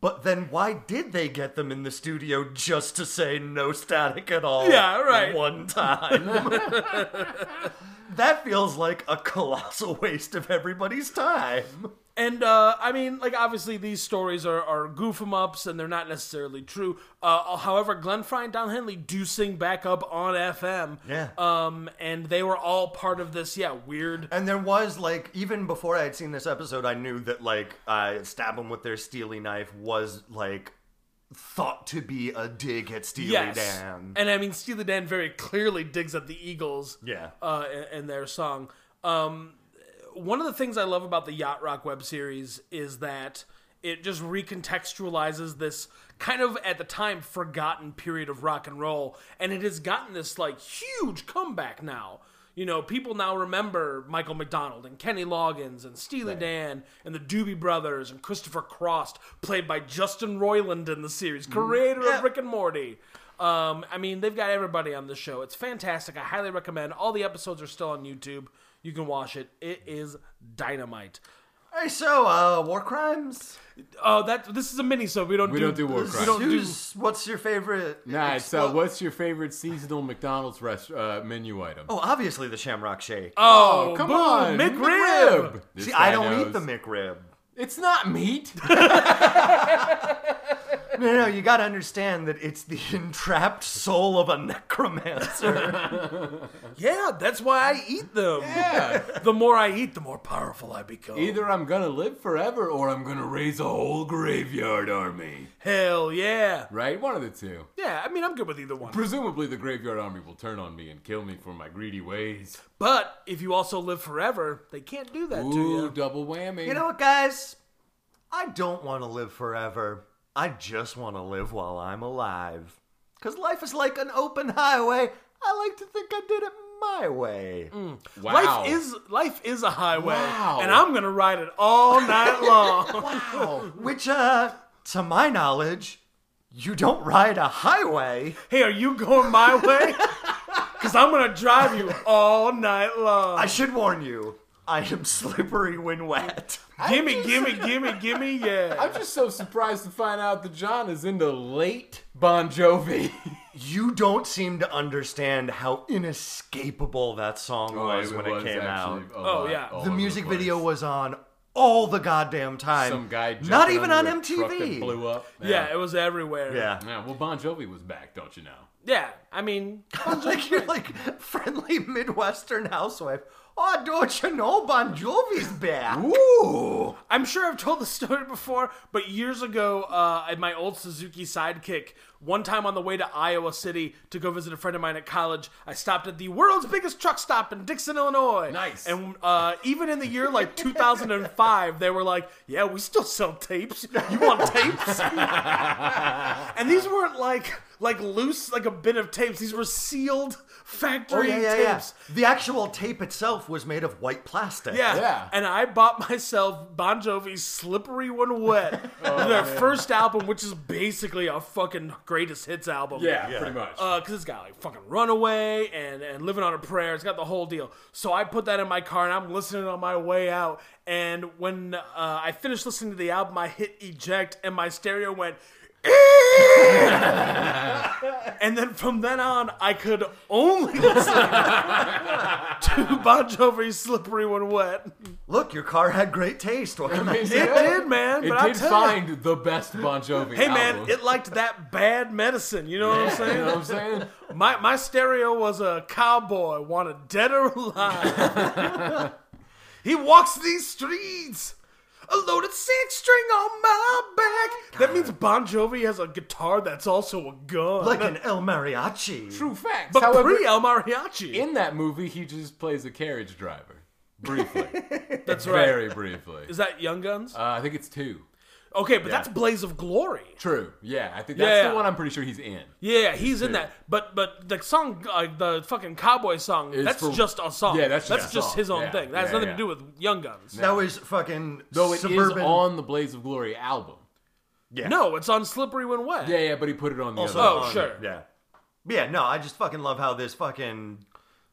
Speaker 3: but then why did they get them in the studio just to say no static at all?
Speaker 1: Yeah, right.
Speaker 3: One time. that feels like a colossal waste of everybody's time.
Speaker 1: And uh, I mean, like obviously these stories are, are goof 'em ups and they're not necessarily true. Uh, however, Glenn Fry and Don Henley do sing back up on FM.
Speaker 3: Yeah.
Speaker 1: Um, and they were all part of this, yeah, weird.
Speaker 3: And there was like even before I had seen this episode, I knew that like uh, stab him with their steely knife was like thought to be a dig at Steely
Speaker 1: Yes.
Speaker 3: Dan.
Speaker 1: And I mean, Steely Dan very clearly digs at the Eagles.
Speaker 3: Yeah.
Speaker 1: Uh, and- and their song. Um, one of the things I love about the Yacht Rock web series is that it just recontextualizes this kind of at the time forgotten period of rock and roll, and it has gotten this like huge comeback now. You know, people now remember Michael McDonald and Kenny Loggins and Steely Dan and the Doobie Brothers and Christopher Cross, played by Justin Roiland in the series, creator of Rick and Morty. Um, I mean, they've got everybody on the show. It's fantastic. I highly recommend. All the episodes are still on YouTube. You can watch it. It is dynamite.
Speaker 3: Hey, so uh, war crimes.
Speaker 1: Oh, that this is a mini, so we don't
Speaker 2: We
Speaker 1: do,
Speaker 2: don't do war crimes.
Speaker 1: don't do-
Speaker 3: Who's- what's your favorite?
Speaker 2: Nah, so
Speaker 3: explo-
Speaker 2: what's your favorite seasonal McDonald's rest, uh, menu item?
Speaker 3: Oh, obviously the Shamrock Shake.
Speaker 1: Oh,
Speaker 2: come
Speaker 1: boom,
Speaker 2: on,
Speaker 1: McRib.
Speaker 2: This
Speaker 3: See, I
Speaker 2: guy
Speaker 3: don't eat
Speaker 2: knows.
Speaker 3: the McRib.
Speaker 2: It's not meat.
Speaker 3: No, no, you gotta understand that it's the entrapped soul of a necromancer.
Speaker 1: Yeah, that's why I eat them.
Speaker 2: yeah.
Speaker 1: The more I eat, the more powerful I become.
Speaker 2: Either I'm gonna live forever or I'm gonna raise a whole graveyard army.
Speaker 1: Hell yeah.
Speaker 2: Right? One of the two.
Speaker 1: Yeah, I mean, I'm good with either one.
Speaker 2: Presumably the graveyard army will turn on me and kill me for my greedy ways.
Speaker 1: But if you also live forever, they can't do that to
Speaker 2: Ooh,
Speaker 1: you.
Speaker 2: double whammy.
Speaker 3: you know what, guys? I don't want to live forever. I just want to live while I'm alive. Because life is like an open highway. I like to think I did it my way.
Speaker 2: wow.
Speaker 1: Life is life is a highway,
Speaker 2: Wow.
Speaker 1: and I'm gonna ride it all night long.
Speaker 2: Wow.
Speaker 3: Which, uh, to my knowledge, you don't ride a highway.
Speaker 1: hey, are you going my way? Because I'm gonna drive you all night long.
Speaker 3: I should warn you, I am slippery when wet.
Speaker 1: gimme, gimme, gimme, gimme, yeah.
Speaker 2: I'm just so surprised to find out that John is into late Bon Jovi.
Speaker 3: You don't seem to understand how inescapable that song
Speaker 2: Oh,
Speaker 3: was when Oh, it came out.
Speaker 1: Oh, yeah.
Speaker 3: The music video was on all the goddamn time.
Speaker 2: Some guy
Speaker 3: not
Speaker 2: jumping
Speaker 3: even on
Speaker 2: under a truck that
Speaker 3: MTV.
Speaker 2: blew up.
Speaker 1: Yeah, it was everywhere.
Speaker 3: Yeah.
Speaker 2: Yeah, well, Bon Jovi was back, don't you know?
Speaker 1: Yeah, I mean,
Speaker 3: like you're like friendly Midwestern housewife. Oh, don't you know Bon Jovi's back?
Speaker 2: Ooh!
Speaker 1: I'm sure I've told the story before, but years ago, uh, at my old Suzuki sidekick, one time on the way to Iowa City to go visit a friend of mine at college, I stopped at the world's biggest truck stop in Dixon, Illinois.
Speaker 2: Nice.
Speaker 1: And uh, even in the year like 2005, they were like, "Yeah, we still sell tapes. You want tapes?" and these weren't like like loose like a bit of tapes. These were sealed
Speaker 3: Oh,
Speaker 1: factory
Speaker 3: yeah, yeah, yeah.
Speaker 1: tapes.
Speaker 3: The actual tape itself was made of white plastic.
Speaker 1: Yeah.
Speaker 2: Yeah.
Speaker 1: And I bought myself Bon Jovi's Slippery When Wet,
Speaker 2: Oh,
Speaker 1: their first album, which is basically a fucking greatest hits album.
Speaker 2: Yeah, pretty much.
Speaker 1: Because it's got like fucking Runaway and, and Living on a Prayer. It's got the whole deal. So I put that in my car and I'm listening on my way out. And when uh, I finished listening to the album, I hit eject and my stereo went. and then from then on, I could only listen to Bon Jovi's "Slippery When Wet."
Speaker 3: Look, your car had great taste. What can I
Speaker 2: It
Speaker 1: It did, man.
Speaker 2: It
Speaker 1: but I
Speaker 2: did
Speaker 1: tell
Speaker 2: find the best Bon Jovi
Speaker 1: You, hey, man,
Speaker 2: album.
Speaker 1: it liked that bad medicine. You know what I'm
Speaker 2: You know what
Speaker 1: saying?
Speaker 2: I'm saying?
Speaker 1: My my stereo was a cowboy, wanted dead or alive. he walks these streets. A loaded six string on my back. That means Bon Jovi has a guitar that's also a gun.
Speaker 3: like an El Mariachi?
Speaker 2: True facts.
Speaker 1: but
Speaker 2: However,
Speaker 1: pre El Mariachi.
Speaker 2: in that movie, he just plays a carriage driver. Briefly.
Speaker 1: that's right.
Speaker 2: Very briefly.
Speaker 1: Is that Young Guns?
Speaker 2: Uh, I think it's two.
Speaker 1: okay, but that's Blaze of Glory.
Speaker 2: True. Yeah, I think that's
Speaker 1: Yeah.
Speaker 2: the one I'm pretty sure he's in.
Speaker 1: Yeah, he's in that. But but the song, uh, the fucking cowboy song,
Speaker 2: Is
Speaker 1: that's
Speaker 2: for-
Speaker 1: just a song.
Speaker 2: Yeah, that's just a
Speaker 1: just
Speaker 2: song.
Speaker 1: his own
Speaker 2: Yeah,
Speaker 1: thing. That has
Speaker 2: yeah,
Speaker 1: nothing
Speaker 2: yeah.
Speaker 1: to do with Young Guns.
Speaker 3: That was fucking
Speaker 2: Though it is
Speaker 3: suburban.
Speaker 2: on the Blaze of Glory album.
Speaker 3: yeah.
Speaker 1: No, it's on Slippery When Wet.
Speaker 2: Yeah, yeah, but he put it on the
Speaker 3: Also
Speaker 2: other.
Speaker 1: Oh,
Speaker 3: on-
Speaker 1: sure.
Speaker 3: Yeah. Yeah, no, I just fucking love how this fucking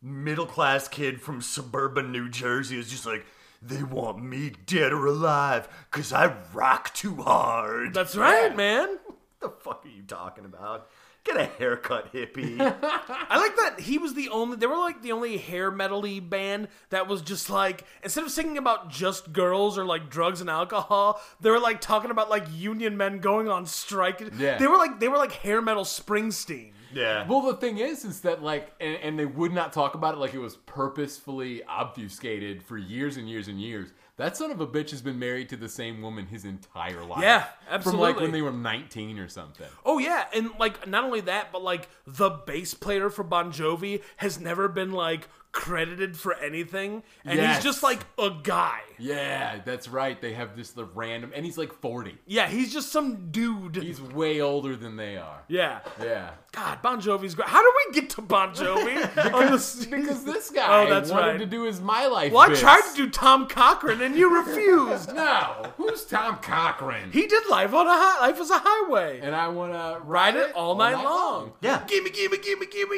Speaker 3: middle class kid from suburban New Jersey is just like, they want me dead or alive because I rock too hard.
Speaker 1: That's right, man.
Speaker 3: the fuck are you talking about? Get a haircut, hippie.
Speaker 1: I like that he was the only. They were like the only hair metal-y band that was just like instead of singing about just girls or like drugs and alcohol, they were like talking about like union men going on strike.
Speaker 2: Yeah.
Speaker 1: They were like they were like hair metal Springsteen.
Speaker 3: yeah.
Speaker 2: Well, the thing is, is that like, and, and they would not talk about it like it was purposefully obfuscated for years and years and years. That son of a bitch has been married to the same woman his entire life.
Speaker 1: Yeah,
Speaker 2: From like
Speaker 1: absolutely.
Speaker 2: when they were 19 or something.
Speaker 1: Oh yeah, and like not only that, but like the bass player for Bon Jovi has never been like credited for anything, and
Speaker 2: Yes.
Speaker 1: he's just like a guy.
Speaker 2: Yeah, that's right. They have this the random, and he's like 40.
Speaker 1: Yeah, he's just some dude.
Speaker 2: He's way older than they are.
Speaker 1: yeah.
Speaker 2: Yeah.
Speaker 1: God, Bon Jovi's great. How do we get to Bon Jovi? On this-
Speaker 2: Because this guy
Speaker 1: Oh, that's
Speaker 2: wanted
Speaker 1: right.
Speaker 2: to do his My Life
Speaker 1: well, I
Speaker 2: bits.
Speaker 1: tried to do Tom Cochran and you refused.
Speaker 2: No, who's Tom Cochran?
Speaker 1: he did Life on a Hi- Life is a Highway.
Speaker 2: and I want to
Speaker 1: Ride it all night, long.
Speaker 3: Yeah.
Speaker 1: Gimme, gimme, gimme, gimme,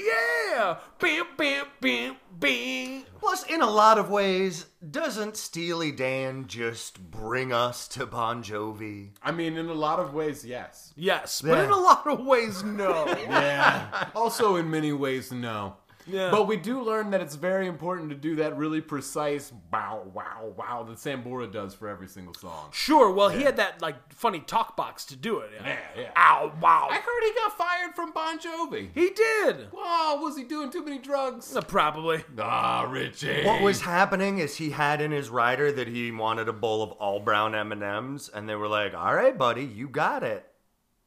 Speaker 1: yeah. Bam, bam, bam, bam.
Speaker 3: Plus, in a lot of ways, doesn't Steely Dan just bring us to Bon Jovi?
Speaker 2: I mean, in a lot of ways, yes.
Speaker 1: Yes, but
Speaker 3: Yeah.
Speaker 1: in a lot of ways, no.
Speaker 2: Yeah. also, in many ways, no.
Speaker 1: Yeah.
Speaker 2: But we do learn that it's very important to do that really precise wow, wow, wow that Sambora does for every single song.
Speaker 1: Sure. Well, he had that like funny talk box to do it. in.
Speaker 2: Yeah, yeah.
Speaker 1: Ow! Wow!
Speaker 2: I heard he got fired from Bon Jovi.
Speaker 1: he did.
Speaker 2: Oh, was he doing too many drugs?
Speaker 1: Uh, Probably.
Speaker 2: Ah, Richie.
Speaker 3: What was happening is he had in his rider that he wanted a bowl of all brown M and M's, and they were like, "All right, buddy, you got it."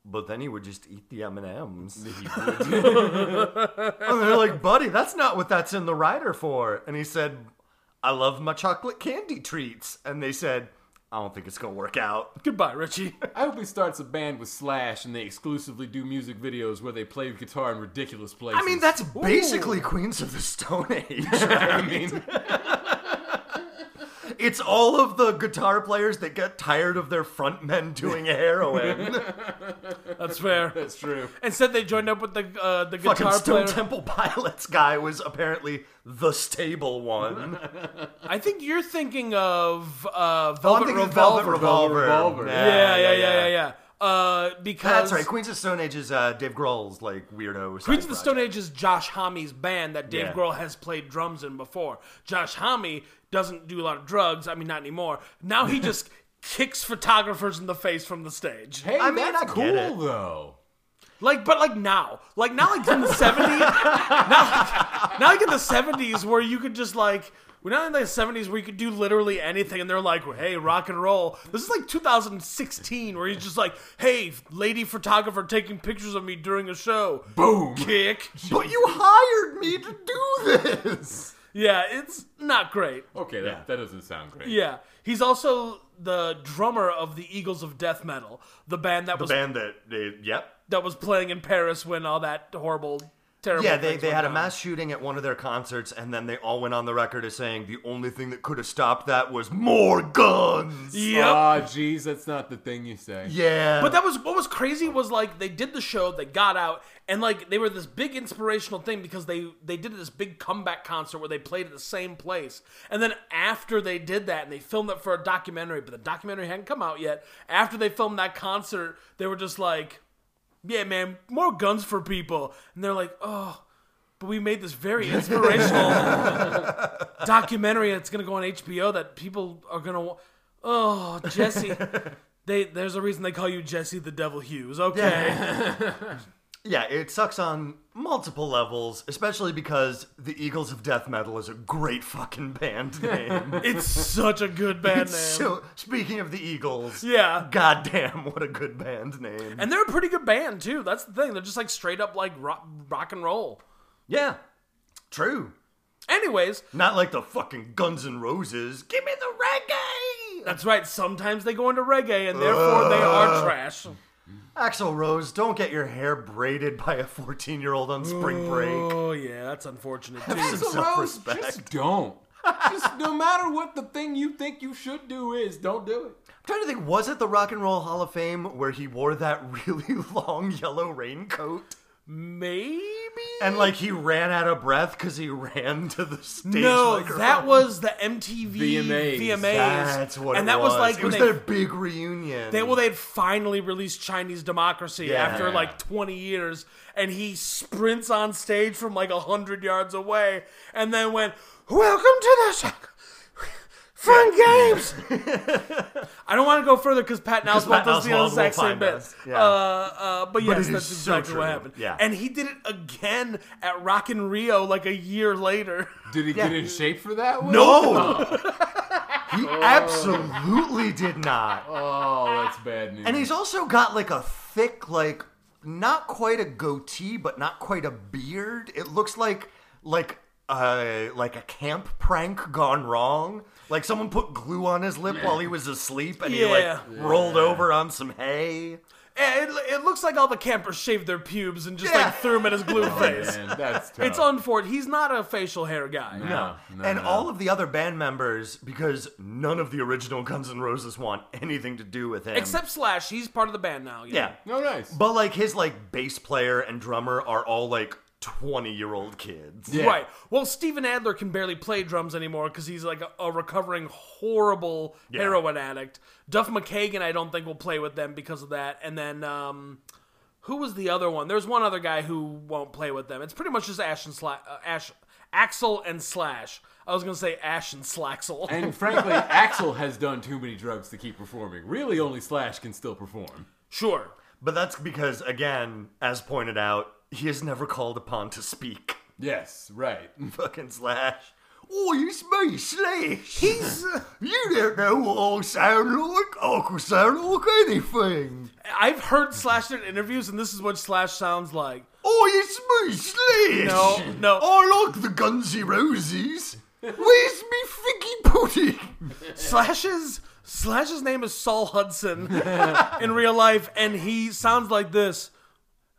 Speaker 3: But then he would just eat the M and M's, and they're like, "Buddy, that's not what that's in the rider for." And he said, "I love my chocolate candy treats," and they said, "I don't think it's gonna work out."
Speaker 1: Goodbye, Richie.
Speaker 2: I hope he starts a band with Slash and they exclusively do music videos where they play guitar in ridiculous places.
Speaker 3: I mean, that's basically Queens of the Stone Age.
Speaker 2: I mean,
Speaker 3: it's all of the guitar players that get tired of their front men doing heroin.
Speaker 1: That's fair.
Speaker 2: that's true.
Speaker 1: Instead, they joined up with the uh, the
Speaker 3: fucking
Speaker 1: guitar
Speaker 3: Stone
Speaker 1: player.
Speaker 3: Temple Pilots guy was apparently the stable one.
Speaker 1: I think you're thinking of uh,
Speaker 3: Oh, I'm
Speaker 1: Velvet
Speaker 3: thinking of
Speaker 1: Revolver.
Speaker 3: Velvet Revolver.
Speaker 2: Revolver.
Speaker 1: Yeah, yeah, yeah, yeah, yeah. Uh, because
Speaker 3: That's right. Queens of Stone Age is uh, Dave Grohl's like weirdo. side
Speaker 1: Queens of the Stone
Speaker 3: project.
Speaker 1: Age is Josh Homme's band that Dave
Speaker 3: Yeah.
Speaker 1: Grohl has played drums in before. Josh Homme doesn't do a lot of drugs. I mean, not anymore. Now he just kicks photographers in the face from the stage.
Speaker 2: Hey,
Speaker 3: I mean,
Speaker 2: that's
Speaker 3: I get
Speaker 2: cool
Speaker 3: it.
Speaker 2: though.
Speaker 1: Like, but like now, like not like in the seventies, not, like, not like in the seventies where you could just like, we're not in the seventies where you could do literally anything, and they're like, hey, rock and roll. This is like 2016 where he's just like, hey, lady photographer taking pictures of me during a show,
Speaker 2: Boom.
Speaker 1: kick.
Speaker 3: But you hired me to do this.
Speaker 1: Yeah, it's not great.
Speaker 2: Okay, that, that doesn't sound great.
Speaker 1: Yeah, he's also the drummer of the Eagles of Death Metal, the band that was
Speaker 3: Band that, they, yep.
Speaker 1: that was playing in Paris when all that horrible, terrible.
Speaker 3: Yeah, they,
Speaker 1: things
Speaker 3: they
Speaker 1: went
Speaker 3: had a
Speaker 1: down.
Speaker 3: mass shooting at one of their concerts, and then they all went on the record as saying the only thing that could have stopped that was more guns.
Speaker 1: Yep.
Speaker 2: Ah, jeez, that's not the thing you say.
Speaker 3: Yeah.
Speaker 1: But that was what was crazy was like they did the show, they got out, and like they were this big inspirational thing because they they did this big comeback concert where they played at the same place. And then after they did that and they filmed it for a documentary, but the documentary hadn't come out yet. After they filmed that concert, they were just like, "Yeah, man, more guns for people." And they're like, "Oh, but we made this very inspirational documentary that's going to go on HBO that people are going to wa- Oh, Jesse. They, there's a reason they call you Jesse the Devil Hughes. Okay.
Speaker 3: Yeah, it sucks on multiple levels, especially because the Eagles of Death Metal is a great fucking band name.
Speaker 1: It's such a good band name.
Speaker 3: so, speaking of the Eagles,
Speaker 1: yeah.
Speaker 3: goddamn, what a good band name.
Speaker 1: And they're a pretty good band, too. That's the thing. They're just like straight up like rock, rock and roll.
Speaker 3: yeah, true.
Speaker 1: Anyways,
Speaker 3: Not like the fucking Guns N' Roses. Give me the reggae.
Speaker 1: that's right. Sometimes they go into reggae and therefore they are trash.
Speaker 3: Axel Rose, don't get your hair braided by a 14 year old on spring break.
Speaker 1: Oh, yeah. That's unfortunate,
Speaker 2: Axl
Speaker 1: too.
Speaker 3: some
Speaker 2: Rose,
Speaker 3: self-respect.
Speaker 2: just don't. just no matter what the thing you think you should do is, don't do it.
Speaker 3: I'm trying to think, was it the Rock and Roll Hall of Fame where he wore that really long yellow raincoat?
Speaker 1: Maybe?
Speaker 3: And like he ran out of breath because he ran to the stage.
Speaker 1: No,
Speaker 3: microphone.
Speaker 1: that was the MTV
Speaker 2: VMAs.
Speaker 1: VMAs.
Speaker 3: That's what
Speaker 1: and
Speaker 3: it
Speaker 1: that was, like
Speaker 3: it
Speaker 1: when
Speaker 3: was
Speaker 1: they,
Speaker 3: their big reunion.
Speaker 1: they well they had finally released Chinese Democracy
Speaker 3: Mm. Yeah.
Speaker 1: after like 20 years, and he sprints on stage from like hundred yards away, and then went, "Welcome to the." Fun games. I don't want to go further because Pat Oswalt
Speaker 3: Patton
Speaker 1: does the
Speaker 3: Oswalt will
Speaker 1: exact same
Speaker 3: find
Speaker 1: bit.
Speaker 3: us. Yeah.
Speaker 1: Uh, uh, but yes,
Speaker 3: it
Speaker 1: that's
Speaker 3: is so
Speaker 1: exactly what
Speaker 3: true.
Speaker 1: happened.
Speaker 3: Yeah.
Speaker 1: and he did it again at Rock in Rio like a year later.
Speaker 2: Did he get in shape for that one?
Speaker 3: no, he absolutely did not.
Speaker 2: Oh, that's bad news.
Speaker 3: And he's also got like a thick, like not quite a goatee, but not quite a beard. It looks like like uh like a camp prank gone wrong. Like someone put glue on his lip while he was asleep, and he like
Speaker 1: Yeah.
Speaker 3: rolled over on some hay.
Speaker 1: Yeah, it, it looks like all the campers shaved their pubes and just
Speaker 3: Yeah.
Speaker 1: like threw him at his glue face.
Speaker 2: Man, that's tough.
Speaker 1: It's unfortunate. He's not a facial hair guy.
Speaker 2: Oh. No, no,
Speaker 3: and
Speaker 2: no.
Speaker 3: all of the other band members, because none of the original Guns N' Roses want anything to do with him.
Speaker 1: Except Slash, he's part of the band now.
Speaker 3: yeah,
Speaker 2: No, nice.
Speaker 3: but like his like bass player and drummer are all like twenty year old kids.
Speaker 2: Yeah.
Speaker 1: Right. Well, Steven Adler can barely play drums anymore because he's like a, a recovering horrible heroin addict. Duff McKagan, I don't think, will play with them because of that. And then, um, who was the other one? There's one other guy who won't play with them. It's pretty much just Ash and Slash, uh, Ash, Axel and Slash. I was gonna say Ash and Slaxel.
Speaker 2: And frankly, Axel has done too many drugs to keep performing. Really, only Slash can still perform.
Speaker 1: sure.
Speaker 3: But that's because, again, as pointed out, he is never called upon to speak.
Speaker 2: Yes, right.
Speaker 3: Fucking slash. Oh, it's me, Slash.
Speaker 1: He's.
Speaker 2: uh,
Speaker 3: you don't know what I sound like. I could sound like anything.
Speaker 1: I've heard Slash in interviews, and this is what Slash sounds like.
Speaker 3: Oh, it's me, Slash.
Speaker 1: No, no.
Speaker 3: I like the Gunsy Roses. Where's me figgy pudding?
Speaker 1: Slash's Slash's name is Saul Hudson in real life, and he sounds like this.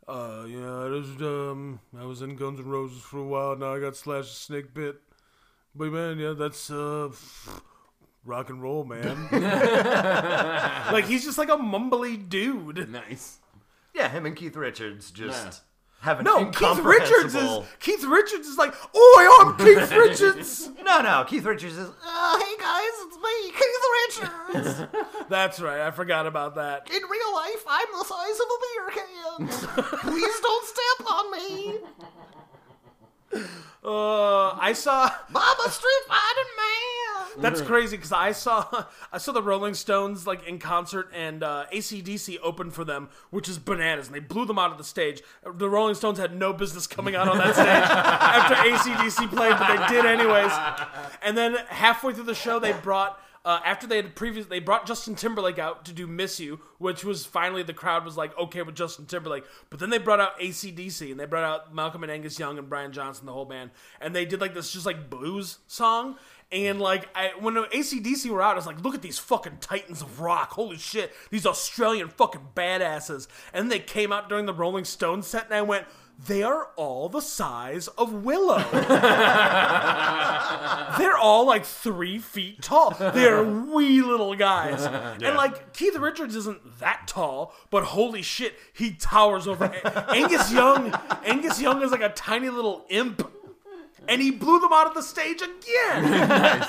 Speaker 1: Uh, yeah, I just, um, I was in Guns N' Roses for a while. Now I got Slash's snake bit, but man, yeah, that's uh, rock and roll, man. like he's just like a mumbly dude.
Speaker 2: Nice.
Speaker 3: Yeah, him and Keith Richards just have an
Speaker 1: No, Keith Richards is
Speaker 3: incomprehensible-
Speaker 1: Keith Richards is like, oh, I'm Keith Richards.
Speaker 3: No, no, Keith Richards is. Uh, hey guys, it's me, Keith Richards.
Speaker 1: That's right, I forgot about that.
Speaker 3: In real life, I'm the size of a beer can. Please don't step on me.
Speaker 1: Uh, I saw.
Speaker 3: I'm a street fighting man.
Speaker 1: That's crazy because I saw I saw the Rolling Stones like in concert and uh, ACDC opened for them, which is bananas, and they blew them out of the stage. The Rolling Stones had no business coming out on that stage after ACDC played, but they did anyways. And then halfway through the show, they brought. Uh, after they had previous, they brought Justin Timberlake out to do "Miss You," which was finally the crowd was like okay with Justin Timberlake. But then they brought out ACDC and they brought out Malcolm and Angus Young and Brian Johnson, the whole band, and they did like this just like blues song. And like I, when ACDC were out, I was like, look at these fucking titans of rock! Holy shit, these Australian fucking badasses! And they came out during the Rolling Stones set, and I went, they are all the size of Willow. They're all like three feet tall. They're wee little guys. And like Keith Richards isn't that tall, but holy shit, he towers over A- Angus Young. Angus Young is like a tiny little imp. And he blew them out of the stage again.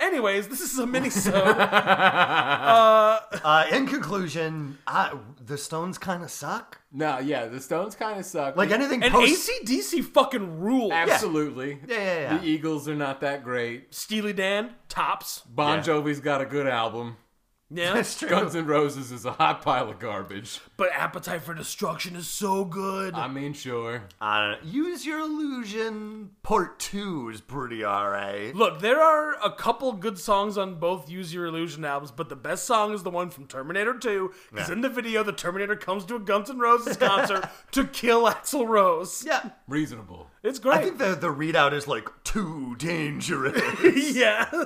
Speaker 1: Anyways, this is a mini so
Speaker 3: Uh, in conclusion, I, the Stones kind of suck.
Speaker 2: No, yeah, the Stones kind of suck.
Speaker 3: Like anything
Speaker 1: And
Speaker 3: post.
Speaker 1: ACDC fucking rule.
Speaker 2: absolutely.
Speaker 3: Yeah, yeah, yeah.
Speaker 2: The Eagles are not that great.
Speaker 1: Steely Dan, tops.
Speaker 2: Bon
Speaker 3: Yeah.
Speaker 2: Jovi's got a good album.
Speaker 1: Yeah.
Speaker 3: That's true.
Speaker 2: Guns N' Roses is a hot pile of garbage.
Speaker 1: But Appetite for Destruction is so good.
Speaker 2: I mean, sure.
Speaker 3: Uh, Use Your Illusion Part 2 is pretty alright.
Speaker 1: Look, there are a couple good songs on both Use Your Illusion albums, but the best song is the one from Terminator 2. Because
Speaker 3: Yeah.
Speaker 1: in the video, the Terminator comes to a Guns N' Roses concert to kill Axl Rose.
Speaker 3: Yeah.
Speaker 2: Reasonable.
Speaker 1: It's
Speaker 3: I
Speaker 1: great.
Speaker 3: think the, the readout is like too dangerous.
Speaker 1: yeah.
Speaker 3: so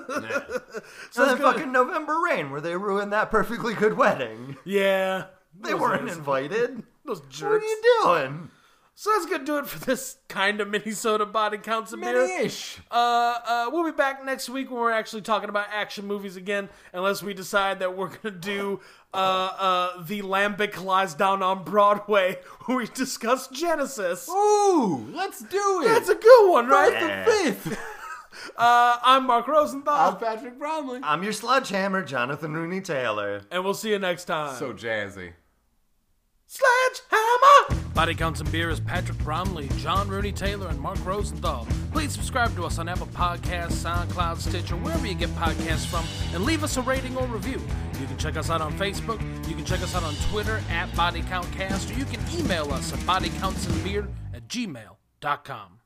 Speaker 3: then
Speaker 1: good.
Speaker 3: fucking November Rain, where they ruined that perfectly good wedding.
Speaker 1: yeah.
Speaker 3: They weren't invited.
Speaker 1: Those
Speaker 3: What are
Speaker 1: jerks.
Speaker 3: you doing?
Speaker 1: So that's gonna do it for this kind of Minnesota body counts of beer.
Speaker 2: Mini-ish.
Speaker 1: Uh, uh, we'll be back next week when we're actually talking about action movies again, unless we decide that we're gonna do uh, uh, the Lambic lies down on Broadway, where we discuss Genesis.
Speaker 2: Ooh, let's do it.
Speaker 1: Oh, That's a good one, right?
Speaker 2: the fifth.
Speaker 1: Uh, I'm Mark Rosenthal,
Speaker 2: I'm Patrick Bromley.
Speaker 3: I'm your sledgehammer, Jonathan Rooney Taylor.
Speaker 1: and we'll see you next time.
Speaker 2: So jazzy.
Speaker 1: Sledgehammer! Body Counts and Beer is Patrick Bromley, John Rooney Taylor, and Mark Rosenthal. Please subscribe to us on Apple Podcasts, SoundCloud, Stitcher, wherever you get podcasts from, and leave us a rating or review. You can check us out on Facebook, you can check us out on Twitter at Body Count Cast, or you can email us at bodycountsandbeer at gmail.com.